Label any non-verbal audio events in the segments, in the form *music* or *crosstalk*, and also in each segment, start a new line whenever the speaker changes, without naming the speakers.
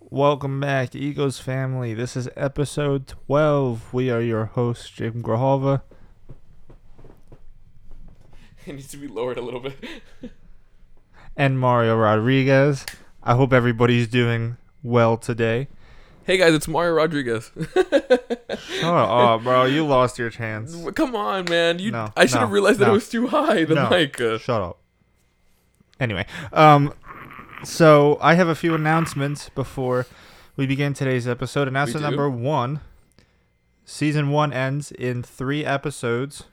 Welcome back to Egos Family. This is episode 12. We are your hosts, Jacob Grahova.
*laughs* It needs to be lowered a little bit. *laughs*
and Mario Rodriguez. I hope everybody's doing well today.
Hey guys, it's Mario Rodriguez. *laughs*
Shut up, bro. You lost your chance.
Come on, man. You
No,
I should have
no,
realized that
no.
it was too high, the
No.
mic. Uh,
Shut up. Anyway, um, so I have a few announcements before we begin today's episode. Announcement
do?
number one Season one ends in three episodes.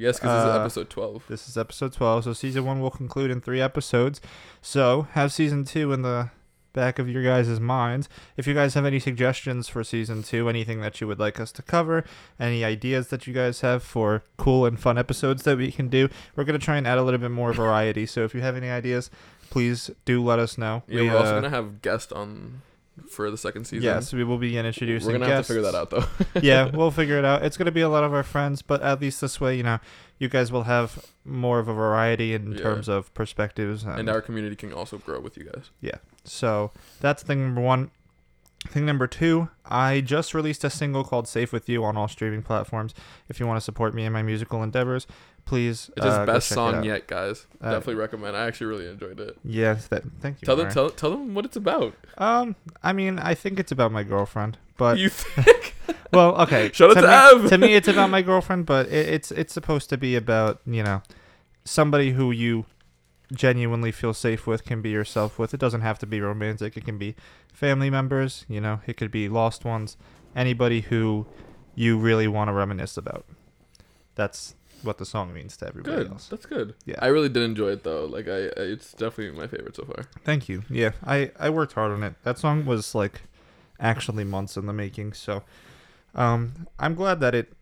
yes, because this
Uh,
is episode 12.
This is episode 12, so season 1 will conclude in 3 episodes. So, have season 2 in the back of your guys' minds. If you guys have any suggestions for season 2, anything that you would like us to cover, any ideas that you guys have for cool and fun episodes that we can do, we're going to try and add a little bit
*coughs*
more variety. So, if you have any ideas, please do let us know.
Yeah,
We,
we're also
uh,
going to have guest on for the second season.
Yes, we will be introducing
We're going to have to
guests.
figure that out, though.
*laughs*
*laughs*
yeah, we'll figure it out. It's gonna be a lot of our friends, but at least this way, you know, you guys will have more of a variety in
Yeah.
terms of perspectives. And,
and our community can also grow with you guys.
so that's thing number one. Thing number two, I just released a single called "Safe with You" on all streaming platforms. If you want to support me in my musical endeavors, please.
It's his
uh, go
best
check it
song
out.
yet, guys.
Uh,
Definitely recommend. I actually really enjoyed it.
Yes, that. Thank you.
Tell them,
Mara.
tell, tell them what it's about.
um, I mean, I think it's about my girlfriend, but
you think?
well, okay.
*laughs* Shout
to
out to
me,
Ev.
to me, it's about my girlfriend, but it, it's it's supposed to be about you know somebody who you genuinely feel safe with, can be yourself with. It doesn't have to be romantic. It can be family members. You know, it could be lost ones. Anybody who you really want to reminisce about. That's what the song means to everybody
Good.
else.
That's good.
Yeah.
I really did enjoy it though. Like I, I it's definitely my favorite so far.
Thank you. Yeah, I I worked hard on it. That song was like actually months in the making. So um I'm glad that it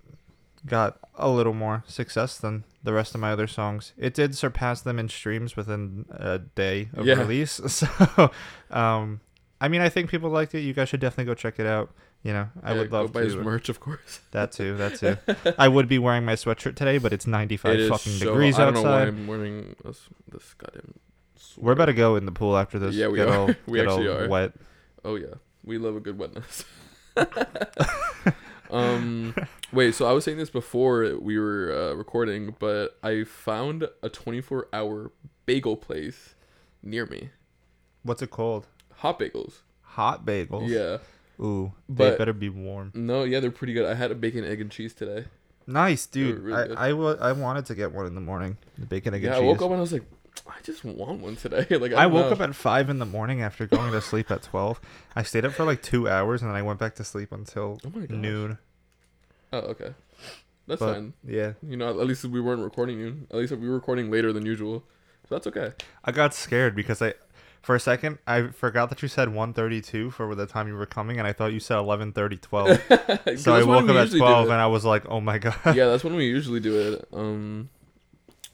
got a little more success than the rest of my other songs. It did surpass them in streams within a day of
Yeah.
release. *laughs* So um I mean I think people liked it. You guys should definitely go check it out. You know, I
Yeah,
would love
go buy his
to.
merch, of course.
That too, that
*laughs*
too. I would be wearing my sweatshirt today, but it's 95
It is
fucking
so-
degrees
I don't know why
outside.
I'm wearing this, this goddamn.
We're about
sweater.
to go in the pool after this.
Yeah, we
get
are.
All,
*laughs* We
get all
actually are.
Wet.
Oh yeah, we love a good wetness. *laughs* um, wait. So I was saying this before we were uh, recording, but I found a 24-hour bagel place near me.
What's it called?
Hot bagels.
Hot bagels.
Yeah.
Ooh, they
But-
better be warm.
No. Yeah, they're pretty good. I had a bacon, egg, and cheese today.
Nice,
were
dude.
really good.
I I, wa- I wanted to get one in the morning. The bacon egg and
yeah,
cheese.
I woke up and I was like, I just want one today. *laughs* like I,
I woke up at five in the morning after going to sleep at twelve. I stayed up for like two hours and then I went back to sleep until
Oh my gosh.
noon.
oh, okay. That's
But-
fine.
Yeah,
You know, at least we weren't recording you. At least we were recording later than usual. So that's okay. *laughs*
I got scared because I, for a second, I forgot that you said one thirty-two for the time you were coming, and I thought you said 11:30,
*laughs*
12. so I woke up at twelve, and I was like, "Oh my god." *laughs*
yeah, that's when we usually do it. Um,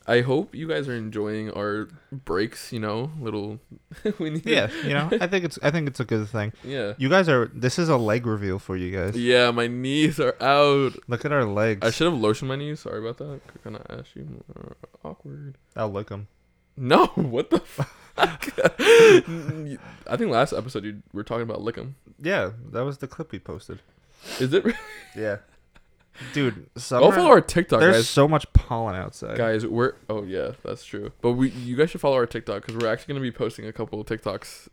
I hope you guys are enjoying our breaks. You know, little. *laughs* we need.
yeah, you know, I think it's I think it's a good thing.
Yeah.
You guys are. This is a leg reveal for you guys.
Yeah, my knees are out.
Look at our legs.
I should have lotioned my knees. Sorry about that. Kind of ashy. Uh, Awkward.
I'll lick them.
No, *laughs*
*laughs*
what the fuck? I think last episode you were talking about Lickum.
Yeah, that was the clip we posted.
Is it?
Yeah. Dude, summer,
*laughs* Go follow our TikTok,
there's
guys.
so much pollen outside.
guys we're oh yeah that's true but we you guys should follow our tiktok because we're actually going to be posting a couple of tiktoks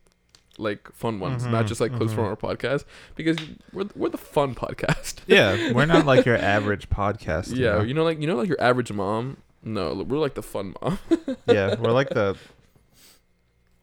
like fun ones not
Mhm,
just like clips from our podcast because we're, we're the fun podcast
*laughs*
*laughs*
Yeah, we're not like your average podcast. you
yeah
know?
you know like you know like your average mom no we're like the fun mom *laughs*
yeah, we're like the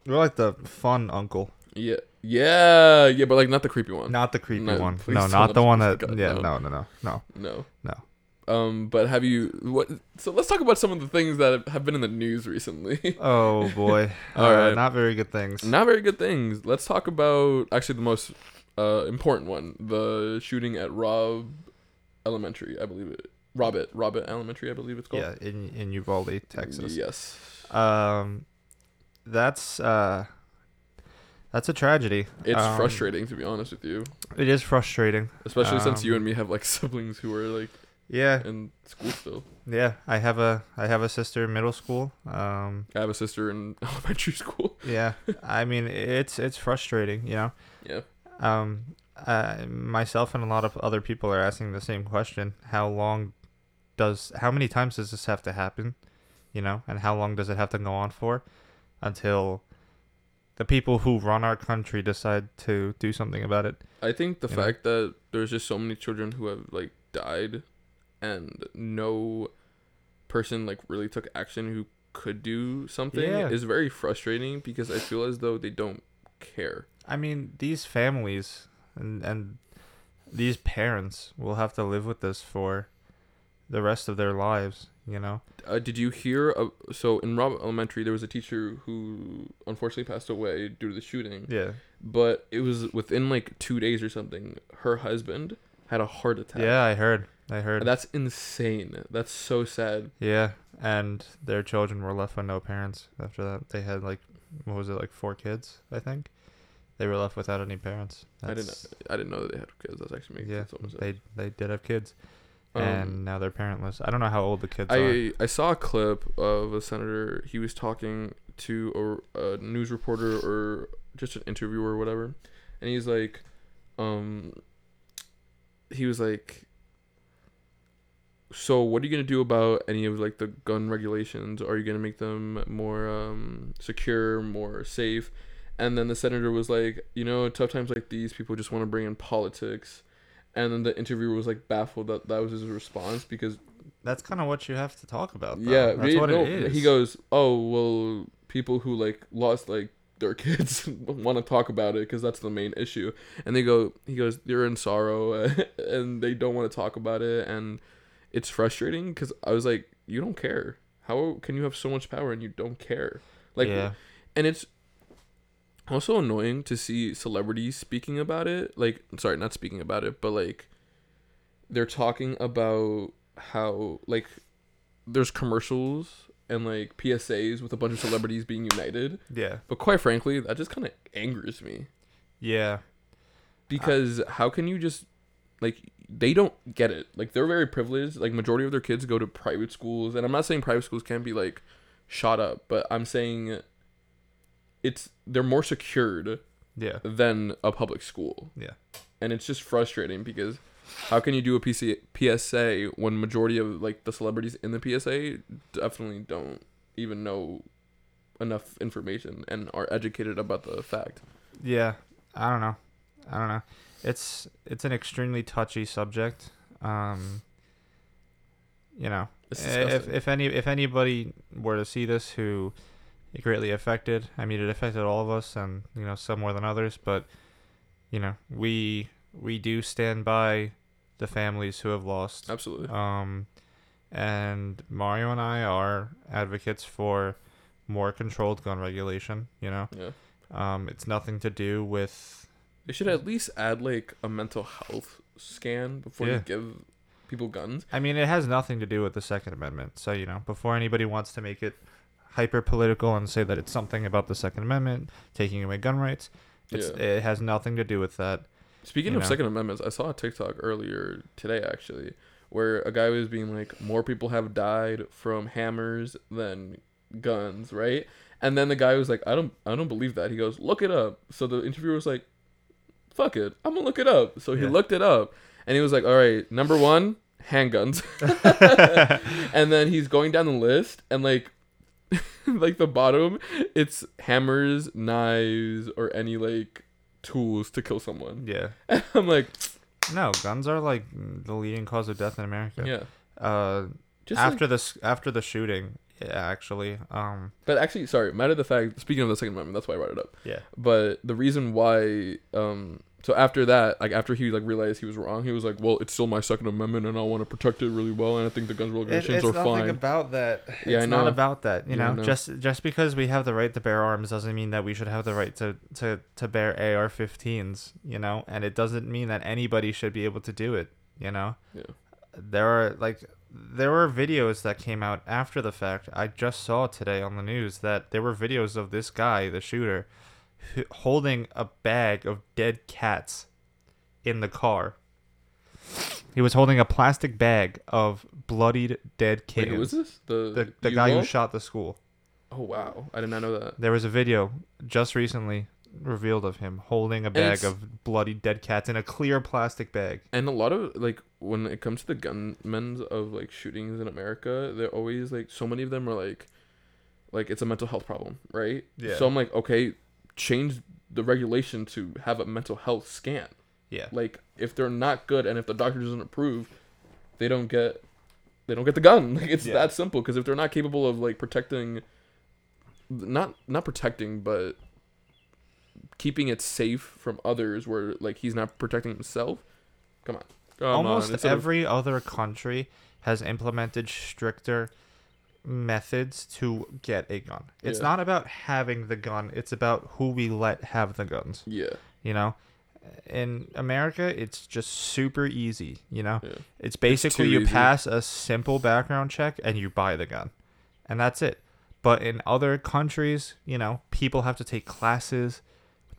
we're like the fun uncle,
yeah yeah yeah but like not the creepy one no,
not the creepy
No,
one.
please
No,
don't
not the one that.
let us- God,
yeah,
no.
no, no, no, no.
um but have you what so let's talk about some of the things that have been in the news recently *laughs*
Oh boy,
All
Uh,
right.
not very good things.
not very good things let's talk about actually the most uh important one the shooting at rob elementary i believe it robert robert elementary i believe it's called
Yeah, in in Uvalde, Texas.
yes
Um, that's uh, that's a tragedy.
it's
Um,
frustrating to be honest with you
It is frustrating.
especially since you
um,
and me have like *laughs* siblings who are like
Yeah,
in school still.
yeah. I have a I have a sister in middle school. Um,
I have a sister in *laughs* elementary school.
*laughs* yeah. I mean, it's it's frustrating, you know.
Yeah.
Um, uh, myself and a lot of other people are asking the same question: How long does how many times does this have to happen? You know, and how long does it have to go on for until the people who run our country decide to do something about it?
I think the
You know?
fact that there's just so many children who have like died and no person like really took action who could do something
Yeah.
is very frustrating because I feel as though they don't care.
I mean, these families and and these parents will have to live with this for the rest of their lives, you know.
Uh, did you hear? Uh, so in Robert Elementary, there was a teacher who unfortunately passed away due to the shooting.
Yeah.
But it was within like two days or something. Her husband had a heart attack.
Yeah, I heard. I heard.
That's insane. That's so sad.
Yeah, and their children were left with no parents after that. They had like what was it like four kids, I think. They were left without any parents.
I didn't. I didn't know that they had kids. That's actually making
Yeah,
sense. almost.
they they did have kids,
Um,
and now they're parentless. I don't know how old the kids are.
I uh, I saw a clip of a senator. He was talking to a, a news reporter or just an interviewer or whatever, and he's like, um, he was like, so what are you gonna do about any of like the gun regulations? Are you gonna make them more um secure, more safe? And then the senator was like, you know, tough times like these, people just want to bring in politics. And then the interviewer was like baffled that that was his response because
That's kind of what you have to talk about. Though.
yeah,
that's
we-
what
no,
it is.
He goes, "Oh well, people who like lost like their *laughs* kids want to talk about it because that's the main issue." And they go, he goes, "They're in sorrow *laughs* and they don't want to talk about it," and it's frustrating because I was like, "You don't care. How can you have so much power and you don't care?" Like,
yeah,
and it's also annoying to see celebrities speaking about it like sorry not speaking about it but like they're talking about how like there's commercials and like psas with a bunch of celebrities being united
yeah,
but quite frankly that just kind of angers me
yeah.
because how can you just like they don't get it like they're very privileged like majority of their kids go to private schools and i'm not saying private schools can be like shot up but i'm saying it's they're more secured
Yeah.
than a public school
Yeah.
and it's just frustrating because how can you do a PC- psa when majority of like the celebrities in the psa definitely don't even know enough information and are educated about the fact
Yeah. I don't know. I don't know. It's it's an extremely touchy subject. Um you know, eh,
It's
if
disgusting.
if any if anybody were to see this who it greatly affected, I mean it affected all of us and you know some more than others, but you know, we we do stand by the families who have lost
absolutely
um, and Mario and I are advocates for more controlled gun regulation. You know,
yeah
um, it's nothing to do with
They should at least add like a mental health scan before
Yeah.
you give people guns.
I mean, it has nothing to do with the Second Amendment. So, you know, before anybody wants to make it hyper political and say that it's something about the Second Amendment, taking away gun rights, it's,
Yeah.
it has nothing to do with that.
Speaking
You
of
know.
Second Amendments, I saw a TikTok earlier today actually where a guy was being like, "More people have died from hammers than guns," right? And then the guy was like, "I don't, I don't believe that." He goes, "Look it up." So the interviewer was like, "Fuck it, I'm gonna look it up." So he
Yeah.
looked it up, and he was like, "All right, number one,
*laughs*
handguns." *laughs* and then he's going down the list, and like *laughs* like the bottom, it's hammers, knives, or any like tools to kill someone.
Yeah.
*laughs* I'm like,
No, guns are like the leading cause of death in America.
yeah.
Uh,
Just like-
after this, after the shooting, yeah, actually. Um,
but actually, sorry, matter of the fact, speaking of the Second Amendment, that's why I brought it up.
yeah.
But the reason why, um, so after that, like after he like realized he was wrong, he was like, well, it's still my Second Amendment, and I want to protect it really well, and I think the guns
It-
regulations
it's
are
nothing
fine.
about that.
Yeah,
it's
I
not
know.
about that. You
Yeah, I
know,
know.
just just because we have the right to bear arms doesn't mean that we should have the right to to to bear AR-15s. You know, and it doesn't mean that anybody should be able to do it. You know,
Yeah.
there are like there were videos that came out after the fact. I just saw today on the news that there were videos of this guy, the shooter, h- holding a bag of dead cats in the car. He was holding a plastic bag of bloodied dead
Wait,
kittens.
who was this? The
the the
you
guy who
lol?
shot the school.
Oh wow, I did not know that.
There was a video just recently revealed of him holding a
it's-
bag of bloody dead cats in a clear plastic bag.
And a lot of like when it comes to the gunmen of like shootings in America, they're always like so many of them are like, like it's a mental health problem, right?
Yeah.
So I'm like, okay, change the regulation to have a mental health scan.
Yeah.
Like if they're not good and if the doctor doesn't approve, they don't get, they don't get the gun. *laughs* Like it's
Yeah.
that simple. Because if they're not capable of like protecting, not not protecting, but keeping it safe from others, where like he's not protecting himself. Come on. Come on,
Almost
instead of-
every other country has implemented stricter methods to get a gun. It's
Yeah.
not about having the gun, it's about who we let have the guns,
yeah.
you know? In America, it's just super easy, you know?
Yeah.
It's basically you
easy.
pass a simple background check and you buy the gun. And that's it. But in other countries, you know, people have to take classes,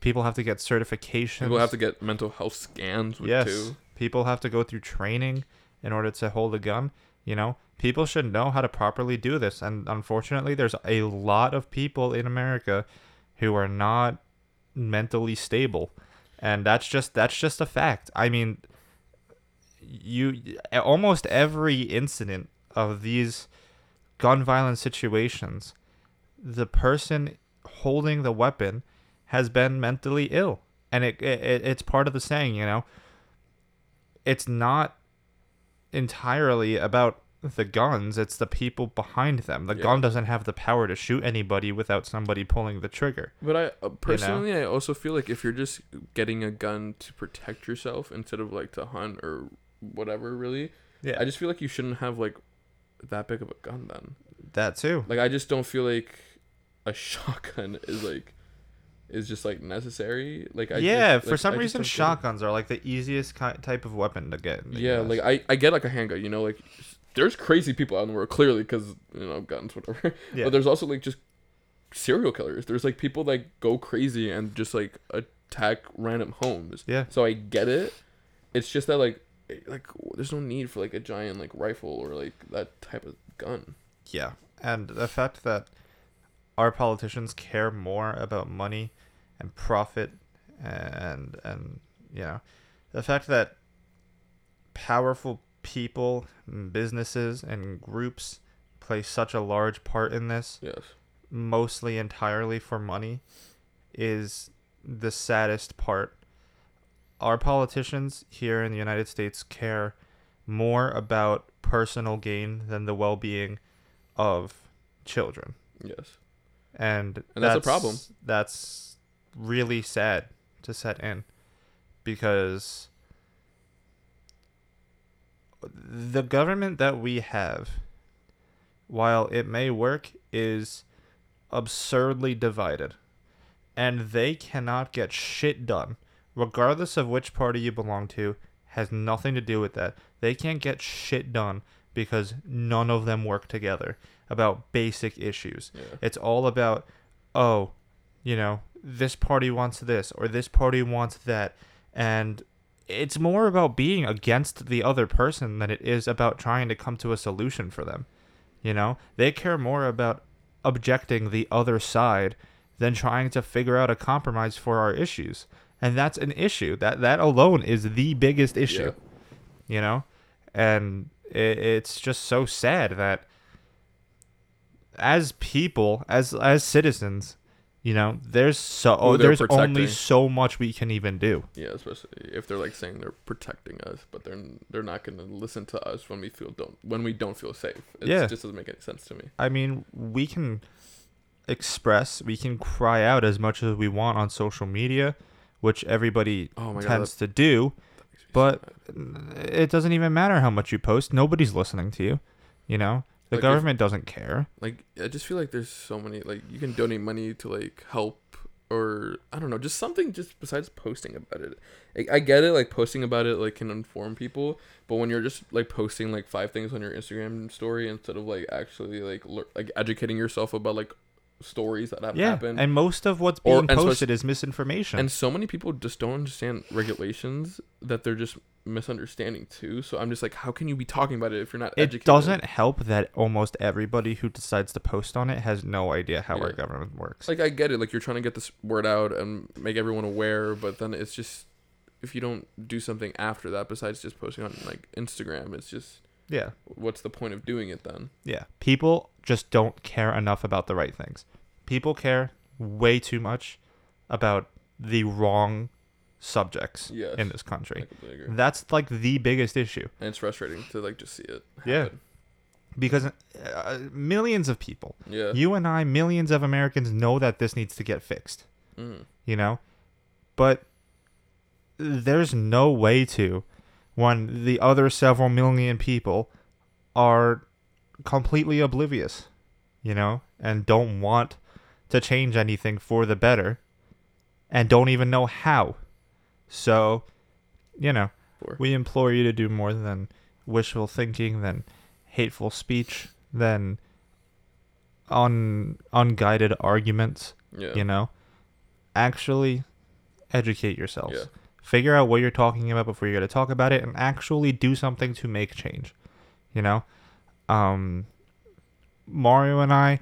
people have to get certifications.
People have to get mental health scans with
yes,
too.
people have to go through training in order to hold a gun, you know? People should know how to properly do this. And unfortunately, there's a lot of people in America who are not mentally stable. And that's just that's just a fact. I mean, you almost every incident of these gun violence situations the person holding the weapon has been mentally ill and it, it it's part of the saying you know it's not entirely about the guns it's the people behind them the
Yeah.
gun doesn't have the power to shoot anybody without somebody pulling the trigger
But I uh, personally, I also feel like if you're just getting a gun to protect yourself instead of like to hunt or whatever, really,
yeah
I just feel like you shouldn't have like that big of a gun then.
that too
Like I just don't feel like a *laughs* shotgun is like is just like necessary. Like I
yeah
just-
for
like,
some
I just
reason
don't feel like-
shotguns are like the easiest ki- type of weapon to get in the
Yeah,
US.
like I, I get like a handgun, you know, like there's crazy people out in the world clearly because you know guns whatever. *laughs*
Yeah.
But there's also like just serial killers. There's like people that go crazy and just like attack random homes.
Yeah.
So I get it. It's just that like it- like there's no need for like a giant like rifle or like that type of gun.
Yeah. And the fact that our politicians care more about money and profit and and you know the fact that powerful people, businesses and groups play such a large part in this
Yes.
mostly entirely for money is the saddest part. Our politicians here in the United States care more about personal gain than the well being of children.
Yes.
And,
And that's a problem.
That's really sad to set in because the government that we have, while it may work, is absurdly divided. And they cannot get shit done. Regardless of which party you belong to, has nothing to do with that. They can't get shit done because none of them work together about basic issues.
Yeah.
It's all about, oh, you know, this party wants this or this party wants that. And it's more about being against the other person than it is about trying to come to a solution for them. You know, they care more about objecting the other side than trying to figure out a compromise for our issues. And that's an issue. That that alone is the biggest issue
Yeah.
you know and it, it's just so sad that as people as as citizens you know there's so oh,
Who they're
there's only
protecting.
so much we can even do
Yeah, especially if they're like saying they're protecting us, but they're they're not gonna listen to us when we feel don't when we don't feel safe. It
Yeah.
just doesn't make any sense to me.
i mean we can express we can cry out as much as we want on social media which everybody
Oh my God,
tends to do
Makes me so
but
mad.
it doesn't even matter how much you post nobody's listening to you you know the
Like, if-
government doesn't care
like I just feel like there's so many like you can donate money to like help or I don't know just something just besides posting about it. I, I get it like posting about it like can inform people, but when you're just like posting like five things on your Instagram story instead of like actually like lear- like educating yourself about like stories that have
yeah
happened.
and most of what's
Or-
being
and so it's-
posted is misinformation
And so many people just don't understand regulations that they're just misunderstanding too. So I'm just like, how can you be talking about it if you're not
It
educated?
doesn't help that almost everybody who decides to post on it has no idea how our
Yeah.
government works.
Like I get it, like you're trying to get this word out and make everyone aware, but then it's just if you don't do something after that besides just posting on like Instagram, it's just
yeah.
what's the point of doing it then?
Yeah. People just don't care enough about the right things. People care way too much about the wrong subjects
Yes.
in this country.
I completely agree.
That's like the biggest issue
And it's frustrating to like just see it.
Yeah.
happen.
because uh, millions of people,
Yeah.
you and I, millions of Americans know that this needs to get fixed,
Mm.
you know? But there's no way to when the other several million people are completely oblivious, you know, and don't want to change anything for the better and don't even know how. So, you know,
Sure.
we implore you to do more than wishful thinking, than hateful speech, than un unguided arguments,
Yeah.
you know. Actually educate yourselves.
Yeah.
Figure out what you're talking about before you're going to talk about it and actually do something to make change. You know? Um Mario and I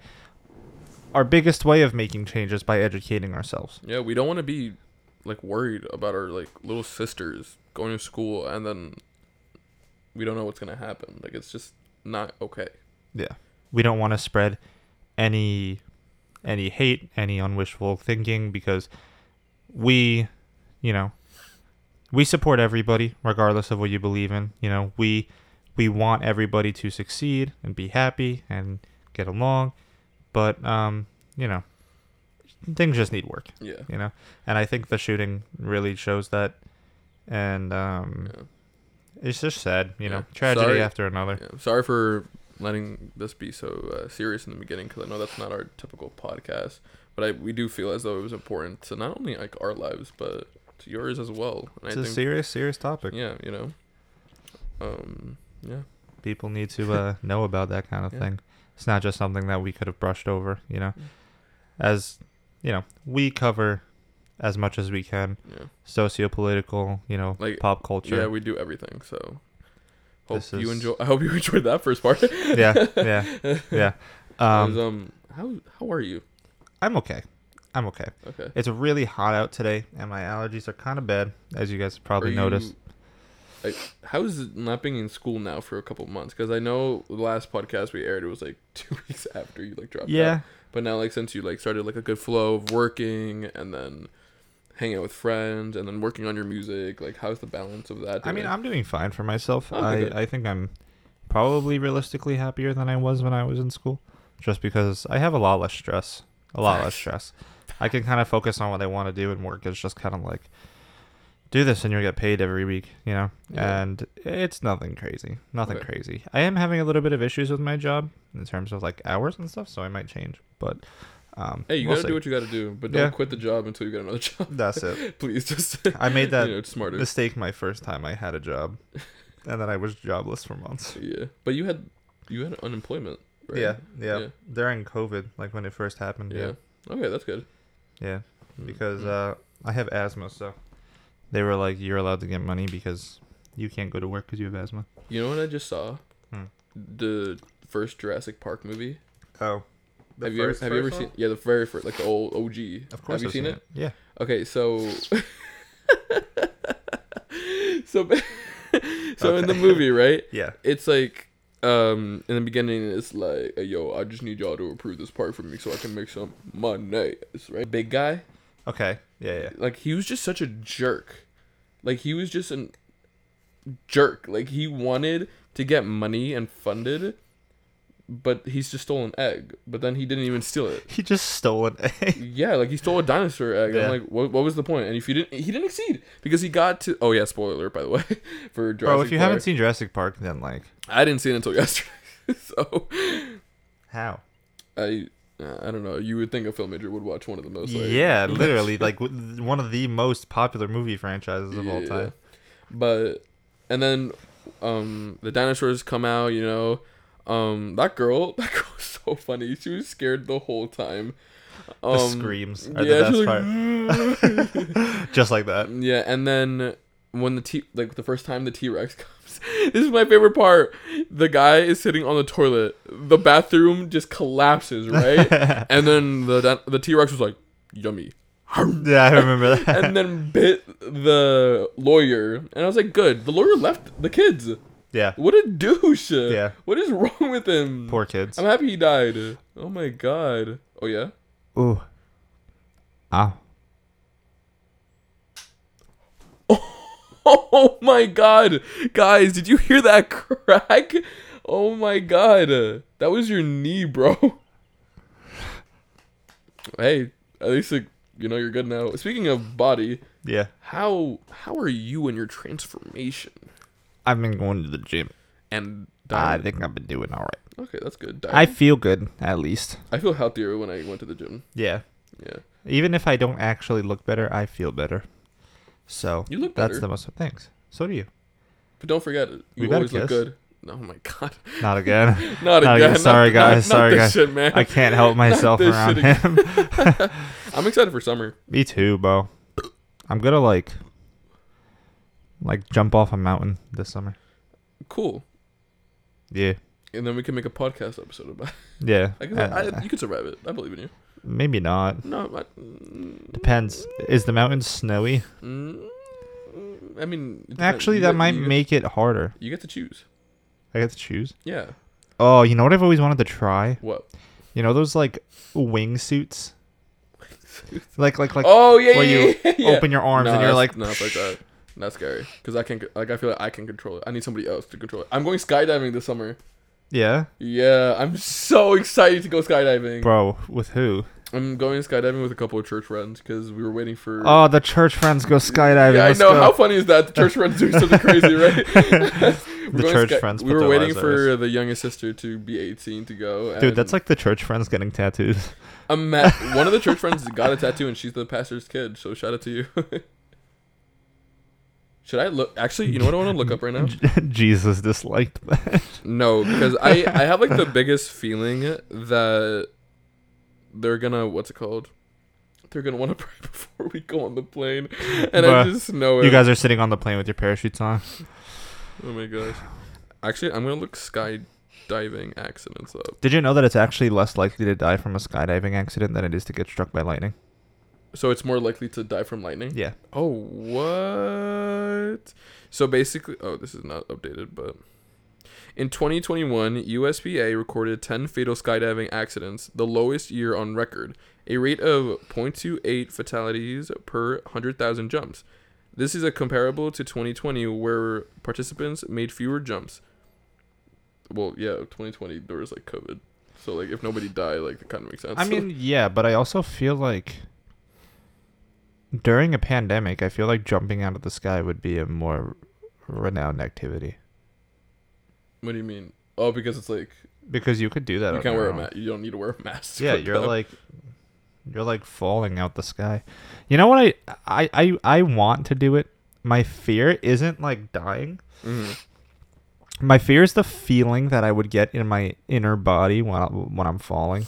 our biggest way of making change is by educating ourselves.
Yeah, we don't want to be like worried about our like little sisters going to school and then we don't know what's gonna happen. Like it's just not okay.
Yeah. We don't want to spread any any hate, any unwishful thinking because we, you know, we support everybody regardless of what you believe in. You know, we we want everybody to succeed and be happy and get along, but um, you know, things just need work,
Yeah.
you know. And I think the shooting really shows that and um
Yeah.
it's just sad, you know,
Yeah.
tragedy
Sorry.
after another.
yeah. Sorry for letting this be so uh, serious in the beginning because I know that's not our typical podcast, but I we do feel as though it was important to not only like our lives but to yours as well. And
It's
I
a
think
serious serious topic.
yeah, you know. Um. Yeah.
people need to
*laughs*
uh, know about that kind of
Yeah. Mm.
thing. It's not just something that we could have brushed over, you know.
Yeah.
As you know, we cover as much as we can
Yeah.
socio-political, you know,
Like,
pop culture.
Yeah, we do everything. So. Hope
This
you
is-
enjoy. I hope you *laughs* enjoyed that first part. *laughs*
yeah, yeah, yeah.
Um,
Um,
um, how how are you?
I'm okay. I'm okay.
Okay.
It's really hot out today, and my allergies are kind of bad, as you guys probably
Are
noticed.
you- Like, how is it not being in school now for a couple of months? Because I know the last podcast we aired it was like *laughs* two weeks after you like dropped.
Yeah,
out. But now, like, since you like started like a good flow of working and then hanging out with friends and then working on your music, like, how's the balance of that?
I mean,
doing?
I'm doing fine for myself.
Oh, Okay, good.
I, I think I'm probably realistically happier than I was when I was in school, just because I have a lot less stress. A lot
*laughs*
less stress. I can kind of focus on what I want to do, and work is just kind of like, do this and you'll get paid every week, you know?
Yeah.
And it's nothing crazy. Nothing
Okay.
crazy. I am having a little bit of issues with my job in terms of like hours and stuff, so I might change, but. Um,
hey, you
we'll
gotta
see.
do what you gotta do, but don't
Yeah.
quit the job until you get another *laughs* job.
That's it.
Please, just *laughs*
I made that
you know, it's smarter.
mistake my first time I had a
*laughs*
job, and then I was jobless for months.
yeah, but you had you had unemployment. Right?
Yeah, yeah,
Yeah.
During COVID, like when it first happened.
Yeah.
Yeah.
Okay, that's good.
Yeah.
Mm,
Because
mm.
uh, I have asthma, so they were like, you're allowed to get money because you can't go to work because you have asthma.
You know what I just saw?
Hmm.
The first Jurassic Park movie.
Oh.
have you ever, have you ever seen? Yeah, the very first, like the old OG.
Of course.
Have you
I've
seen, it?
Yeah.
Okay, so. *laughs* so, ba- so in the
Okay.
movie, right?
Yeah.
It's like. Um, in the beginning, it's like, "Hey, yo, I just need y'all to approve this part for me so I can make some money, right? Big guy,
Okay. Yeah,
*laughs*
yeah.
like he was just such a jerk like he was just a jerk like he wanted to get money and funded but he's just stole an egg but then he didn't even steal it
He just stole an egg.
yeah like he stole a dinosaur egg
Yeah.
i'm like what, what was the point and if you didn't he didn't exceed because he got to oh yeah spoiler alert by the way *laughs* for Jurassic
*laughs* Bro, if you haven't
Park.
seen Jurassic Park, then like,
i didn't see it until *laughs* yesterday so
how?
i i don't know you would think a filmmaker would watch one of the most like,
yeah, *laughs* literally, like w- one of the most popular movie franchises of all
Yeah.
time.
But and then um the dinosaurs come out, you know. Um that girl *laughs* that girl was so funny. She was scared the whole time.
The
Um
screams are the
yeah, she
best
was
part.
like, *laughs*
Just like that. *laughs*
Yeah, and then when the T like the first time the T Rex *laughs* comes, this is my favorite part. The guy is sitting on the toilet. The bathroom just collapses, right?
*laughs*
and then the the T Rex was like, "Yummy,"
yeah, I remember that.
and then bit the lawyer. And I was like, "Good." The lawyer left the kids.
*laughs* yeah,
What a douche!
Yeah.
What is wrong with him?
poor kids.
I'm happy he died. Oh my god. Oh yeah. *laughs*
Ooh, Ah. ow.
Oh my god. Guys, did you hear that crack? Oh my god. That was your knee, bro. *laughs* Hey, at least like, you know you're good now. Speaking of body,
Yeah,
how how are you in your transformation?
I've been going to the gym.
And
I
diet.
think I've been doing all right.
Okay, that's good.
I
Diet.
feel good at least.
I feel healthier when I went to the gym.
Yeah,
Yeah.
even if I don't actually look better, I feel better. So
You look
that's
better.
the most. Thanks. So do you.
But don't forget you
We got a
always look
kiss.
good. Oh my *laughs* god.
Not again.
Not
Not
again.
again. Sorry,
Not- not-
guys. Sorry,
not this
guys.
shit, man.
I can't
*laughs*
help myself
this
around
shit
him.
I'm excited for summer.
*laughs* Me too, bro. I'm gonna like, like jump off a mountain this summer.
Cool.
Yeah,
And then we can make a podcast episode about it.
yeah.
I can,
Uh,
I, you could survive it. I believe in you.
maybe not.
No, I, mm,
Depends. Is the mountain snowy?
mm, I mean, it depends.
Actually,
You
that
get-
might
you get-
make it harder.
you get to choose.
I get to choose.
Yeah.
Oh, you know what I've always wanted to try?
What?
You know those like wingsuits? *laughs* like like like
oh yeah,
where
yeah,
you
yeah, yeah.
open your arms
Nah,
and you're like
that's- no, fuck
*laughs*
that. That's scary. Cause I can, like, I feel like I can control it. I need somebody else to control it. I'm going skydiving this summer.
Yeah.
Yeah, I'm so excited to go skydiving.
Bro, with who?
I'm going skydiving with a couple of church friends because we were waiting for.
Oh, the church friends go skydiving.
Yeah, I
Let's
know.
go.
How funny is that? The church friends do something
*laughs*
crazy, right? *laughs*
The church friends
We
put
were
their
waiting
lives at
for the youngest sister to be 18 to go.
Dude, that's like the church friends getting tattoos.
*laughs* one of the church friends got a tattoo, and she's the pastor's kid. So shout out to you. *laughs* Should I look? Actually, you know what I want to look up right
*laughs*
now?
Jesus disliked.
No, because I I have like the biggest feeling that they're gonna what's it called? They're gonna want to *laughs* pray before we go on the plane, and I
Bruh,
just know it.
you guys are sitting on the plane with your parachutes on.
Oh my gosh. Actually, I'm gonna look skydiving accidents up.
Did you know that it's actually less likely to die from a skydiving accident than it is to get struck by lightning?
So it's more likely to die from lightning.
Yeah.
Oh what? So basically, oh this is not updated, but in 2021, USPA recorded 10 fatal skydiving accidents, the lowest year on record, a rate of 0.28 fatalities per 100,000 jumps. This is a comparable to 2020, where participants made fewer jumps. Well, yeah, 2020 there was like COVID, so like if nobody died, like it kind of makes sense.
I mean, *laughs* yeah, but I also feel like during a pandemic, I feel like jumping out of the sky would be a more renowned activity
*laughs* what do you mean? Oh, because it's like
because you could do that.
you
on
can't
your
wear a
own.
mask. You don't need to wear a mask.
*laughs*
to
Yeah,
go
you're
down.
like you're like falling out the sky. You know what I I I, I want to do it. My fear isn't like dying.
Mhm.
My fear is the feeling that I would get in my inner body when I, when I'm falling.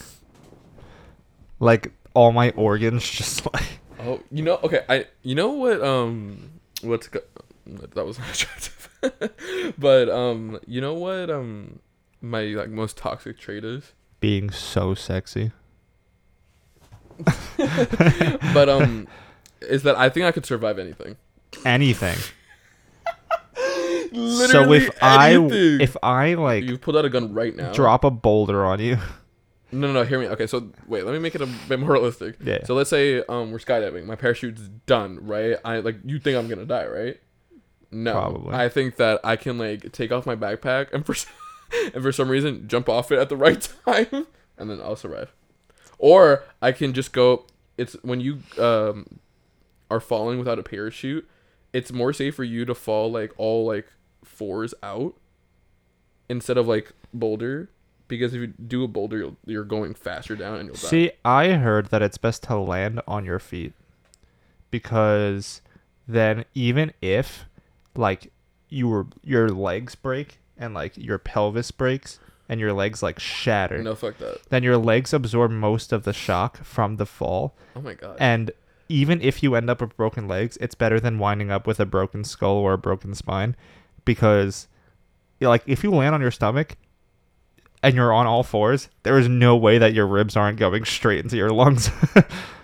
Like all my organs *laughs* just like
Oh, you know, okay, I, you know what, um, what's go- that was *laughs* not attractive, but um, you know what, um, my like most toxic trait is,
being so sexy.
but um,
*laughs*
is that I think I could survive anything.
Anything. so
Literally
if I
anything.
if I like
you pulled out a gun right now,
drop a boulder on you.
No, no, no. Hear me. Okay, so wait. Let me make it a bit more *laughs* realistic.
Yeah.
So let's say um we're skydiving. My parachute's done, right? I like you think I'm gonna die, right? No.
Probably.
I think that I can like take off my backpack and for *laughs* s- and for some reason jump off it at the right *laughs* time and then I'll survive. Or I can just go. It's when you um are falling without a parachute. It's more safe for you to fall like all like fours out instead of like boulder because if you do a boulder you'll, you're going faster down and you'll die.
See, I heard that it's best to land on your feet because then even if like you were your legs break and like your pelvis breaks and your legs like shatter,
No, fuck that.
then your legs absorb most of the shock from the fall
Oh my god.
and even if you end up with broken legs, it's better than winding up with a broken skull or a broken spine because you know, like if you land on your stomach and you're on all fours, there is no way that your ribs aren't going straight into your lungs. *laughs*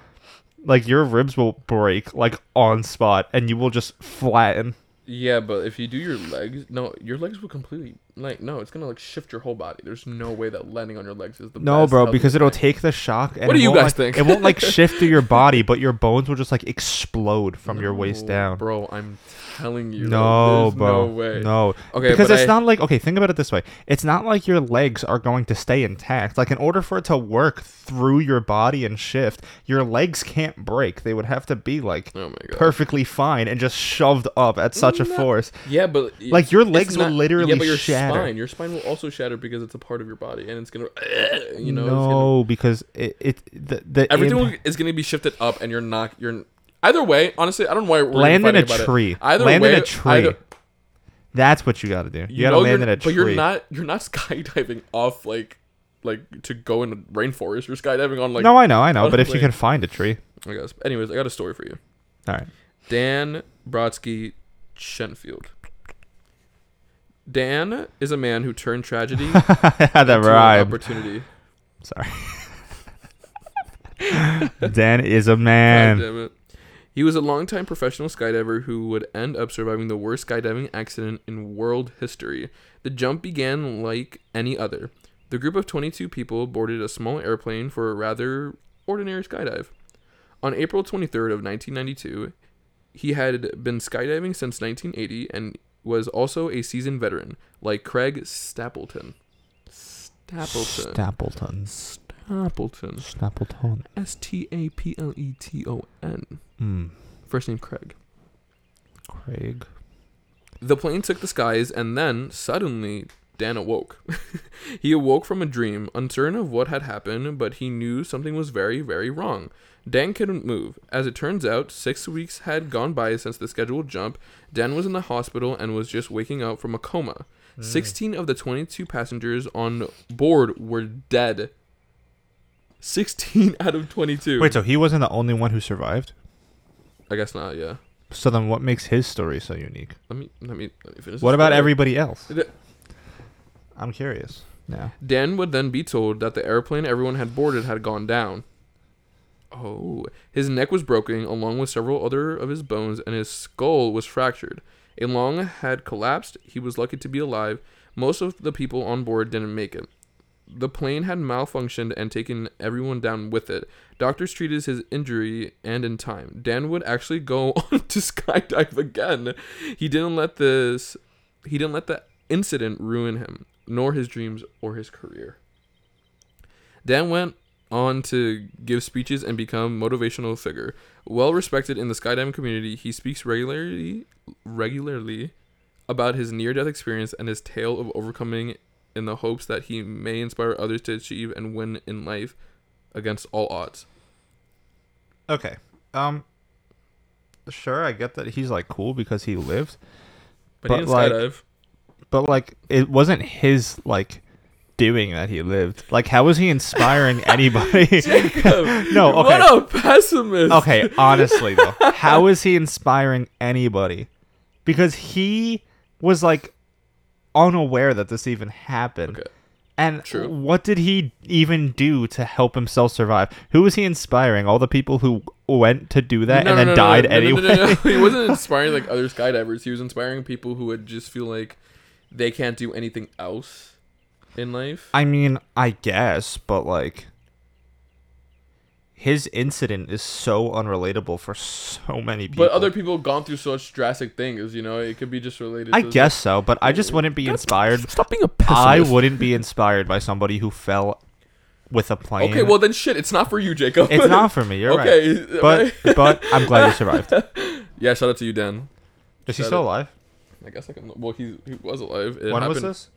like your ribs will break like on spot and you will just flatten.
Yeah, but if you do your legs, no, your legs will completely like no, it's gonna like shift your whole body. There's no way that landing on your legs is the
No,
best
bro,
healthy
because it'll
thing.
take the shock and
What
it
do you
won't,
guys
like-
think?
it won't like shift through your body, but your bones will just like explode from your waist
No,
down.
bro. I'm telling you,
No,
there's
bro.
no way.
No.
Okay,
because
but
it's
I-
not like okay, think about it this way. It's not like your legs are going to stay intact. Like in order for it to work through your body and shift, your legs can't break. They would have to be like
Oh my god. Mm,
perfectly fine and just shoved up at such a
No.
force.
Yeah, but it-
Like, your
it's
legs will literally
yeah, but your
shatter.
Spine, your spine will also shatter because it's a part of your body, and it's gonna, uh, you know, it's gonna-
no, because it, it the, the
everything
imp-
will- is gonna be shifted up, and you're not. You're either way. Honestly, I don't know why we're even
land in
fighting
a
about it.
tree.
Either
land
way,
in a tree.
either-
That's what you got to do. You, got to
know
land
you're-
in a
but
tree.
you're not. You're not *laughs* skydiving off like, like to go in a rainforest. You're skydiving on like.
no, I know, I know, but if you
*laughs* Honestly.
can find a tree.
I guess. Anyways, I got a story for you.
All right. *laughs*
Dan Brodsky Shenfield. Dan is a man who
*laughs*
turned tragedy into
I had that
an
rhyme.
opportunity.
Sorry. Dan is a
God
man.
damn it. He was a longtime professional skydiver who would end up surviving the worst skydiving accident in world history. The jump began like any other. The group of 22 people boarded a small airplane for a rather ordinary skydive. On April 23rd of 1992, he had been skydiving since 1980 and was also a seasoned veteran, like Craig Stapleton. Stapleton.
Stapleton.
Stapleton.
Stapleton.
S T A P L E T O N.
Mm.
First name Craig.
Craig.
The plane took the skies, and then suddenly Dan awoke. *laughs* he awoke from a dream, uncertain of what had happened, but he knew something was very, very wrong. Dan couldn't move. As it turns out, six weeks had gone by since the scheduled jump. Dan was in the hospital and was just waking up from a coma.
Hmm.
16 of the 22 passengers on board were dead. 16 *laughs* out of 22.
Wait, so he wasn't the only one who survived?
I guess not, yeah.
So then what makes his story so unique?
Let me let me, let me finish.
What
this
about
story.
everybody else?
Th-
I'm curious. Yeah.
Dan would then be told that the airplane everyone had boarded had gone down. Oh. His neck was broken, along with several other of his bones, and his skull was fractured. A lung had collapsed. He was lucky to be alive. Most of the people on board didn't make it. The plane had malfunctioned and taken everyone down with it. Doctors treated his injury and in time. Dan would actually go *laughs* on to skydive again. He didn't let this he didn't let the incident ruin him, nor his dreams or his career. Dan went on to give speeches and become motivational figure. Well respected in the skydiving community, he speaks regularly regularly about his near-death experience and his tale of overcoming in the hopes that he may inspire others to achieve and win in life against all odds.
Okay. Um sure, I get that he's like cool because he lived,
But,
But,
he didn't
like-
skydive.
but like it wasn't his like doing that he lived. Like how was he inspiring anybody? *laughs* no, okay.
*laughs* What a pessimist.
Okay, honestly though, how is he inspiring anybody? Because he was like unaware that this even happened.
Okay.
And
True.
what did he even do to help himself survive? Who was he inspiring? All the people who went to do that and then died anyway.
*laughs*
*laughs*
He wasn't inspiring like other skydivers. He was inspiring people who would just feel like they can't do anything else in life.
I mean, I guess, but like his incident is so unrelatable for so many people.
but *laughs* other people have gone through such drastic things, you know, it could be just related
I
to
guess so, but I
*laughs*
just wouldn't be inspired
Stop being a
I wouldn't be inspired by somebody who fell with a plane.
Okay, well then shit, it's not for you, Jacob.
it's
*laughs*
not for me. You're right.
okay. *laughs*
But but I'm glad you survived.
yeah, shout out to you, Dan.
Is he
Shut
still
up.
alive?
I guess I can well he, he was alive. It
when
happened,
was this?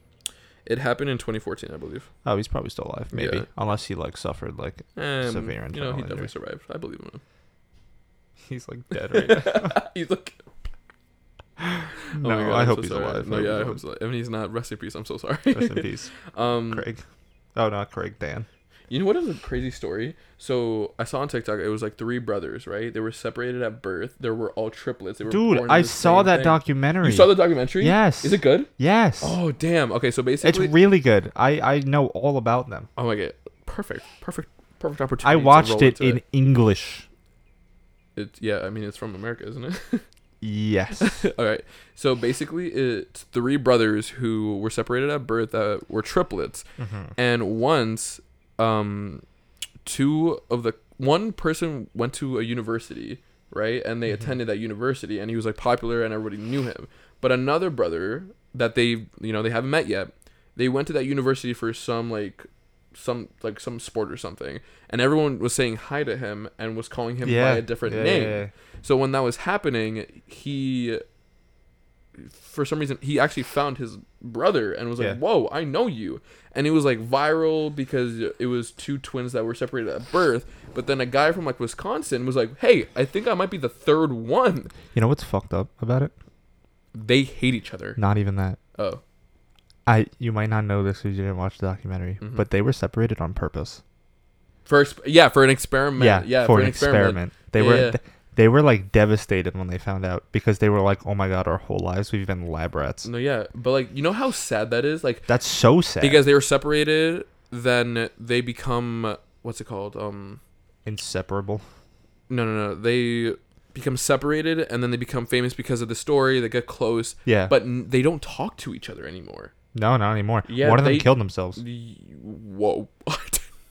It happened in twenty fourteen, I believe.
Oh, he's probably still alive. Maybe
Yeah.
unless he like suffered like *laughs*
Um,
Severe
you know,
internal injury.
he definitely survived. I believe in him. *laughs*
he's like dead right now.
He's like *laughs* Oh
no,
my God,
I
I'm
hope
so
he's
sorry.
alive.
No, yeah, I
he's
hope *laughs* he's alive. I mean, he's not. Rest in peace. I'm so sorry.
alive. Rest in peace,
um,
Craig. Oh no, not Craig. Dan.
You know what is a crazy story? So I saw on TikTok it was like three brothers, right? They were separated at birth. They were all triplets. They were born
Dude,
in
I
the
saw
same
that
thing.
documentary.
You saw the documentary?
Yes.
Is it good?
yes.
Oh damn. Okay, so
it's
basically,
really good. I, I know all about them.
oh my god, perfect, perfect, perfect opportunity.
I
to roll
watched it
into
in English.
It- Yeah, I mean it's from America, isn't it? *laughs*
Yes.
All right. So basically, it's three brothers who were separated at birth that were triplets,
Mm-hmm. Mm.
and once, um, two of the one person went to a university, right? And
Mm-hmm.
they attended that university, and he was like popular, and everybody knew him. But another brother that they, you know, they haven't met yet, they went to that university for some like some like some sport or something and everyone was saying hi to him and was calling him
yeah.
by a different
Yeah,
name
yeah, yeah.
so when that was happening, he, for some reason, he actually found his brother and was like,
Yeah.
"Whoa, I know you!" And it was like viral because it was two twins that were separated at birth. But then a guy from like Wisconsin was like, "Hey, I think I might be the third one."
You know what's fucked up about it?
They hate each other.
Not even that.
Oh,
I you might not know this because you didn't watch the documentary,
Mhm.
but they were separated on purpose.
first, yeah, for an experiment. Yeah, for, an, experiment.
They
Yeah,
were
yeah.
th- they were like devastated when they found out because they were like, "Oh my god, our whole lives we've been lab rats."
No, yeah, but like, you know how sad that is. Like,
That's so sad.
because they were separated, then they become what's it called? Um.
Inseparable.
No, no, no. They become separated and then they become famous because of the story. They get close,
Yeah.
but n- they don't talk to each other anymore.
no, not anymore.
Yeah,
one of
they-
them killed themselves.
Y- Whoa. *laughs*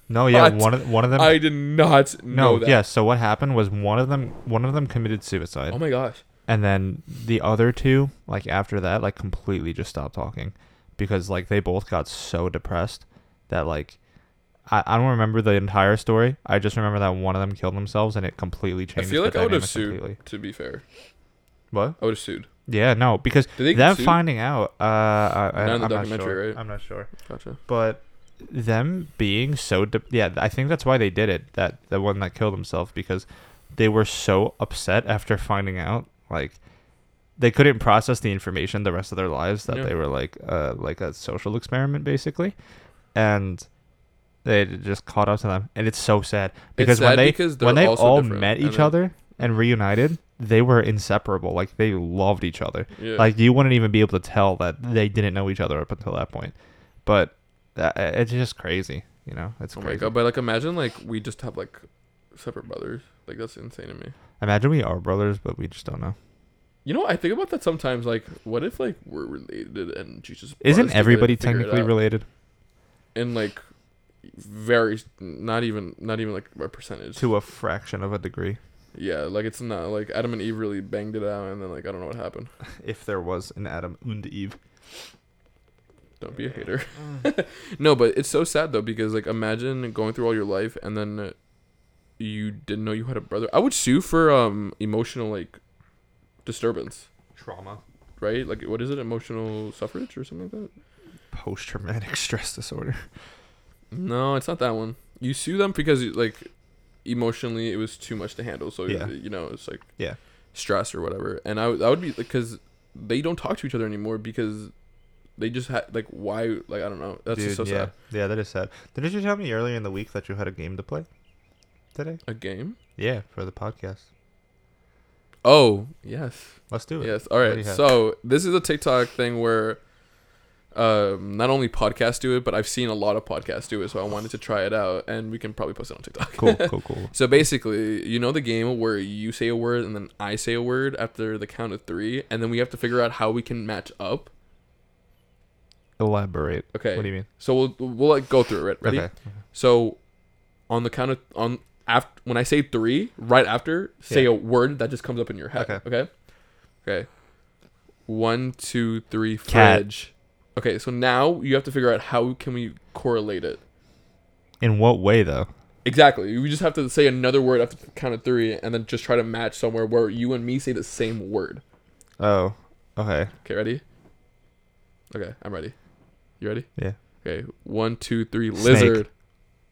No, yeah,
What?
one of one of them.
I did not
no,
know that.
yeah. So what happened was one of them one of them committed suicide,
Oh my gosh.
and then the other two, like after that, like completely just stopped talking because like they both got so depressed that like I, I don't remember the entire story. I just remember that one of them killed themselves, and it completely
I
changed.
feel
the
like I would
dynamic
have sued,
completely.
to be fair.
What?
I would have sued.
Yeah, no, because
Did they get
them
sued?
finding out. Uh, I, I,
Not
I'm
in the
not
documentary,
sure.
right?
I'm not sure,
Gotcha.
but them being so de- yeah, I think that's why they did it. That the one that killed himself because they were so upset after finding out, like they couldn't process the information the rest of their lives that
Yeah.
they were like uh like a social experiment basically, and they just caught up to them, and it's so sad because when
sad
they
because they're
when they
also
all
different,
met
and
each
they-
other and reunited, they were inseparable. Like they loved each other.
Yeah.
Like you wouldn't even be able to tell that they didn't know each other up until that point. But uh, it's just crazy, you know. It's
oh my
crazy.
god. But like, imagine like we just have like separate brothers. Like that's insane to me.
Imagine we are brothers, but we just don't know.
You know, I think about that sometimes. Like, what if like we're related and Jesus?
Isn't everybody technically related?
in like very not even not even like a percentage.
To a fraction of a degree, *laughs*
Yeah, like it's not like Adam and Eve really banged it out, and then like I don't know what happened.
if there was an Adam and Eve.
Don't be a hater. *laughs* no, but it's so sad though because like imagine going through all your life and then you didn't know you had a brother. I would sue for um emotional like disturbance,
Trauma.
right? Like what is it, emotional suffrage or something like that?
Post traumatic *laughs* stress disorder.
No, it's not that one. You sue them because like emotionally it was too much to handle. So
Yeah.
you know it's like
Yeah.
stress or whatever. And I would- that would be because they don't talk to each other anymore because they just had like why like I don't know. That's just so
yeah.
sad.
Yeah, that is sad. Didn't you tell me earlier in the week that you had a game to play today?
A game.
Yeah, for the podcast.
Oh yes,
Let's do it.
yes. All
do
right.
you have?
So this is a TikTok thing where. Um, not only podcasts do it, but I've seen a lot of podcasts do it, so I wanted to try it out, and we can probably post it on TikTok.
Cool,
*laughs*
cool, cool.
So basically, you know the game where you say a word and then I say a word after the count of three, and then we have to figure out how we can match up.
Elaborate.
Okay.
What do you mean?
So we'll we'll like go through it. Ready?
Okay.
So on the count of on after when I say three, right after say
Yeah.
a word that just comes up in your head.
Okay.
Okay. Okay. One, two, three.
Cat.
Fridge. Okay. So now you have to figure out how can we correlate it.
In what way though?
Exactly. We just have to say another word after the count of three, and then just try to match somewhere where you and me say the same word.
Oh, okay.
Okay, ready? Okay, I'm ready. You ready?
Yeah.
Okay, one, two, three,
Snake.
lizard.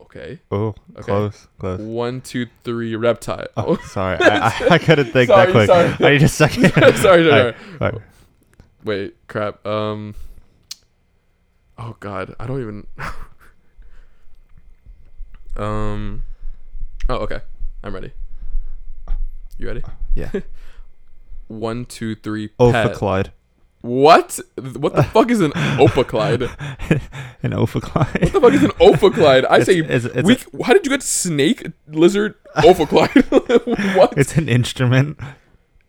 Okay.
Oh,
Okay.
close, close.
One, two, three, reptile.
Oh, *laughs* sorry, I, I, I couldn't think
Sorry,
that quick.
sorry.
I need a second.
*laughs* sorry, sorry,
*laughs* All right,
sorry.
all right.
Wait, crap. Um. Oh God, I don't even. *laughs* Um. Oh, okay. I'm ready. You ready?
Yeah.
One, two, three.
Ophiclide.
pet. What? What the fuck is
*laughs*
an opaclide?
*laughs* An Ophiclide.
What the fuck is an ophiclide? I
It's-
say,
it's- it's
we, how did you get snake, lizard, ophiclide? *laughs* what?
*laughs* It's an instrument.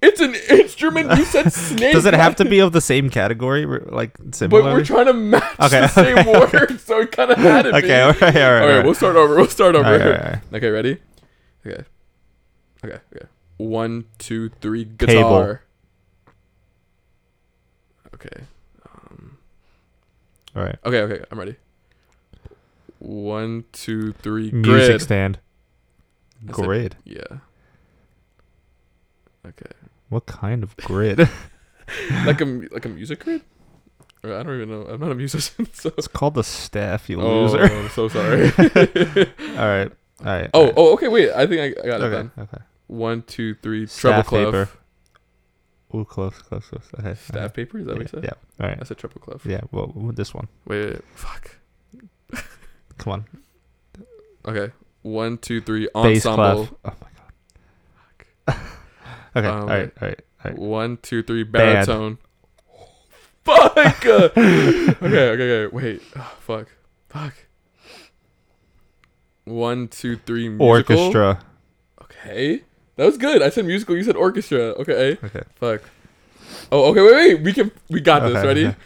It's an instrument.
*laughs*
You said snake.
Does it
why- *laughs*
have to be of the same category? r- Like
But
similar?
we're trying to match
Okay,
the same
okay,
word, so it kind of had to be.
okay, all right, all right, all right.
All right, we'll start over. We'll start over.
All right, all right, all right.
Okay, ready? Okay. Okay, okay. One, two, three,
Table.
guitar. Okay. Um,
All right.
okay, okay, I'm ready. One, two, three, grid.
Music stand.
That's it.
Grid.
Yeah. Okay.
What kind of
*laughs*
grid?
Like a mu- like a music grid? Or I don't even know. I'm not a musician, *laughs* so
it's called the staff, you
oh,
loser. *laughs*
I'm so sorry. *laughs*
All right. All right.
oh,
all right.
oh, okay. Wait, I think I, I got it
okay.
then.
Okay.
One, two, three.
Staff
treble clef.
paper. Ooh, close, close, close. Okay. okay.
Staff paper. Is that
yeah,
what you said?
yeah. All right.
That's a triple clef.
Yeah. Well, w- this one.
Wait, wait, wait, fuck.
Come on.
Okay. One, two, three.
Bass
Ensemble.
clef. Oh my god. *laughs* okay.
Um,
all right. All right. All right.
One, two, three.
Band.
Baritone. *laughs*
*laughs*
Fuck. okay, okay, okay. Wait. *sighs* Ah, fuck. Fuck. One, two, three. Musical.
Orchestra.
Okay. That was good. I said musical. You said orchestra. Okay.
Okay.
Fuck. Oh, okay. Wait, wait. We can. We got this.
Okay,
Ready?
okay.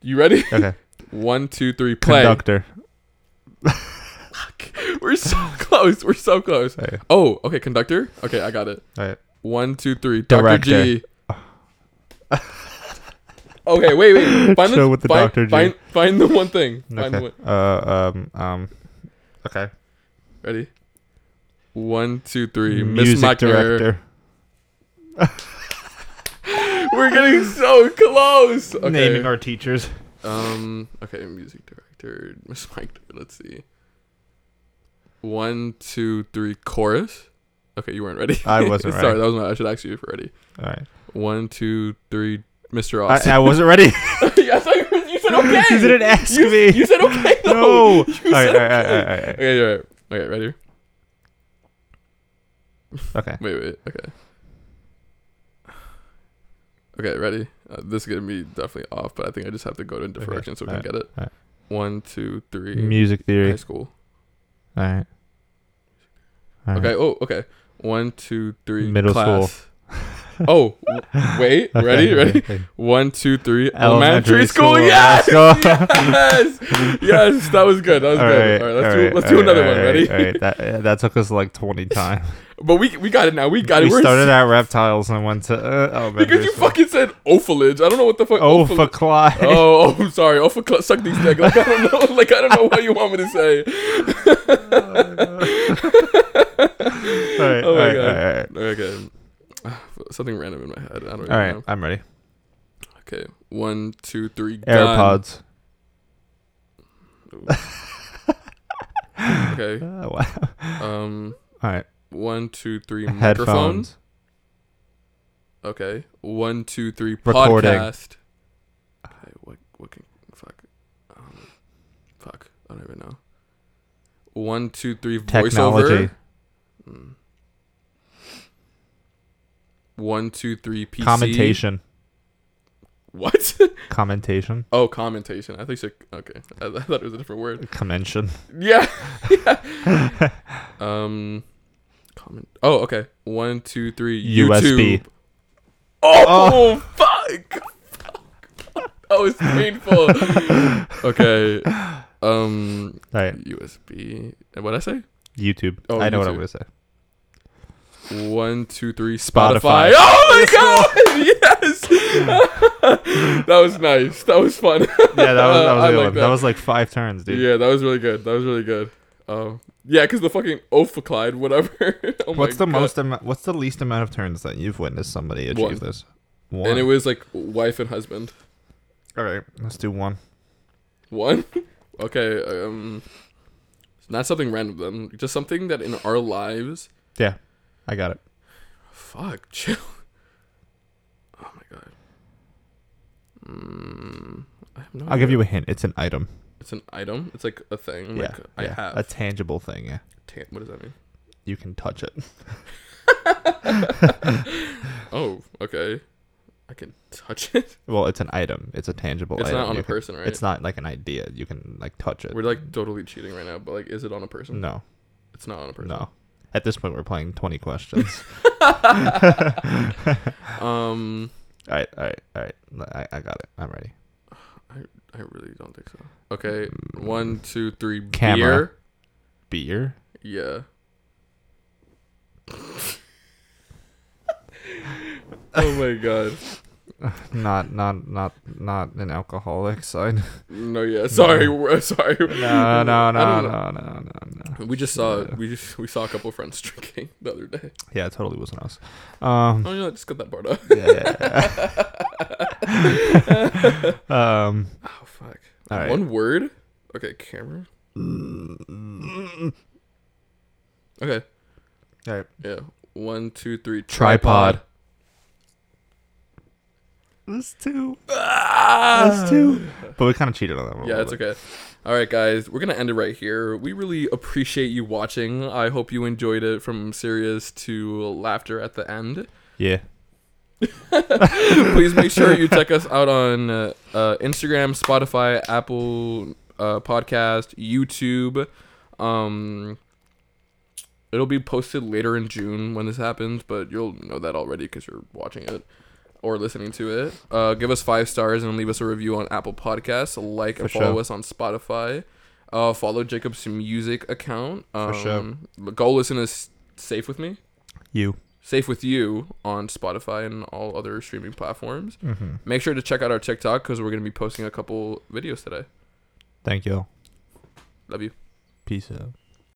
You ready?
Okay.
One, two, three. *laughs* Play.
Conductor.
We're so *laughs* close. We're so close.
All right.
Oh, okay. Conductor. Okay, I got it.
All right.
One, two, three.
Director.
Doctor G. okay,
*laughs*
wait, wait. Find
Chill
the,
with the
find,
Dr. G.
Find, find the one thing. Find the
Okay.
one.
Uh. Um. Um. Okay.
Ready? One, two, three. Miss
Music
Machner.
director.
We're getting so close. Okay.
Naming our teachers.
um. Okay, music director. *laughs* Miss Machner. Let's see. One, two, three. Chorus. Okay, you weren't ready. *laughs*
I wasn't
Sorry,
ready.
that was my. I should ask you if you're ready.
All right.
One, two, three. Mr.
I,
Austin.
I
*laughs*
wasn't ready.
I thought you, were- you said okay.
*laughs* You didn't ask
You-
me. *laughs*
You said okay. Though.
no.
You
all right,
said
all right, all right, all right,
Okay, all right. Okay, ready?
all right. Okay.
Wait, wait. Okay. Okay, ready? Uh, this is gonna be definitely off, but I think I just have to go to a different
Okay,
direction so we
alright,
can get it.
alright.
One, two, three.
Music
High
theory.
school.
All right. All right.
Okay. Oh, okay. One, two, three.
Uh-huh. Middle
class. oh, w- wait. Ready? Ready?
*laughs*
*laughs*
okay.
One, two, three.
Elementary
Elementary, school.
school.
Yes!
*laughs* Let's go.
yes! Yes! That was good. That was
All
good.
right,
All right, let's
all
do,
right,
let's
all
do another
right,
one.
all
Ready?
right, all right. That, uh, that took us like 20 times.
*laughs* But we we got it now. We got
we
it. We're
started at reptiles and went to uh, elementary
because you
school.
fucking said ophalage. I don't know what the fuck.
Oh,
ophali-
for Clyde.
*laughs*
*laughs*
Oh, oh, sorry. Ophal. Suck these dick. Like I don't know. *laughs* Like I don't know what you want me to say.
all right,
oh
all
my
right,
God.
all right, all right.
Okay. *sighs* Something random in my head. I don't even
All right,
know.
I'm ready.
Okay. One, two, three. Gun.
AirPods.
Okay.
Oh, wow.
Um.
All right,
One, two, three. Microphone.
*laughs* headphones.
Okay. One, two, three.
Recording.
Podcast. Okay. What? What can? Fuck. Um, fuck. I don't even know. One, two, three.
Technology.
Voiceover. Mm. One, two, three. PC.
Commentation.
What? *laughs*
Commentation.
oh, commentation. I think so. Okay. I, I thought it was a different word.
Commention. *laughs*
Yeah. Yeah. um. Comment. Oh, okay. One, two, three.
USB.
YouTube. Oh, fuck. That was painful. okay. Um.
All right,
USB. What did I say?
YouTube.
Oh,
I know what
YouTube.
I'm going to say.
One, two, three.
Spotify.
Spotify. Oh my god! yes. *laughs* that was nice. That was fun.
Yeah, that
*laughs*
was, that was
I
a good
like
one. That.
that.
was like five turns, dude.
yeah, that was really good. That was really good. Um. Yeah, because the fucking Ophiclide, whatever. *laughs* Oh my
what's the
God.
most? Ama- what's the least amount of turns that you've witnessed somebody achieve
One.
this? One.
And it was like wife and husband.
All right, let's do one.
One. *laughs* Okay. Um. Not something random. Then just something that in our lives.
Yeah, I got it.
Fuck. *laughs* Chill. Oh Mm, my god. Mm, I have no
I'll give you a hint. It's an item.
It's an item. It's like a thing.
yeah,
Like Oh I
yeah,
have.
a tangible thing. Yeah,
Tan- what does that mean?
you can touch it.
Oh, okay. I can
*laughs*
touch it.
Well, it's an item. It's a tangible.
It's
item.
not on
You
a
can-
person, right?
It's not like an idea. You can like touch it.
We're like totally cheating right now, but like, is it on a person?
no,
It's not on a person.
Mm, no. At this point, we're playing twenty
*laughs*
questions.
Um,
all right, all right, all right. I, I got it. I'm ready.
I really don't think so. Okay, one, two, three.
Mm. Camera. Beer. *laughs*
Beer. Yeah. oh my god.
Not, not, not, not an alcoholic
*laughs*
side.
No. Yeah. Sorry. we're- *laughs* Sorry.
No, no,
I
no,
don't
no, no, no, no.
know. We just saw
Yeah.
we just we saw a couple friends *laughs* drinking the other
*laughs*
day.
Yeah, it totally wasn't us. Um, *laughs*
Oh yeah, just cut that part out. *laughs*
yeah. um,
Oh fuck.
all right.
One word. Okay, camera.
Mm.
Okay.
All right.
Yeah. One, two, three.
Tripod. That's two.
Ah!
That's two. But we kind of cheated on that one. a
Yeah,
little
it's
bit.
okay. All right, guys, we're gonna end it right here. We really appreciate you watching. I hope you enjoyed it from serious to laughter at the end.
Yeah.
Please make sure you check us out on uh, uh, Instagram, Spotify, Apple uh, Podcast, YouTube. Um, it'll be posted later in June when this happens, but you'll know that already because you're watching it or listening to it. Uh, give us five stars and leave us a review on Apple Podcasts. Like and
For
follow
sure.
us on Spotify. Uh, follow Jacob's music account. Um,
sure.
Go listen to S- Safe with Me.
You.
Safe with You on Spotify and all other streaming platforms.
Mm-hmm.
Make sure to check out our TikTok because we're going to be posting a couple videos today.
Thank you.
Love you.
Peace out.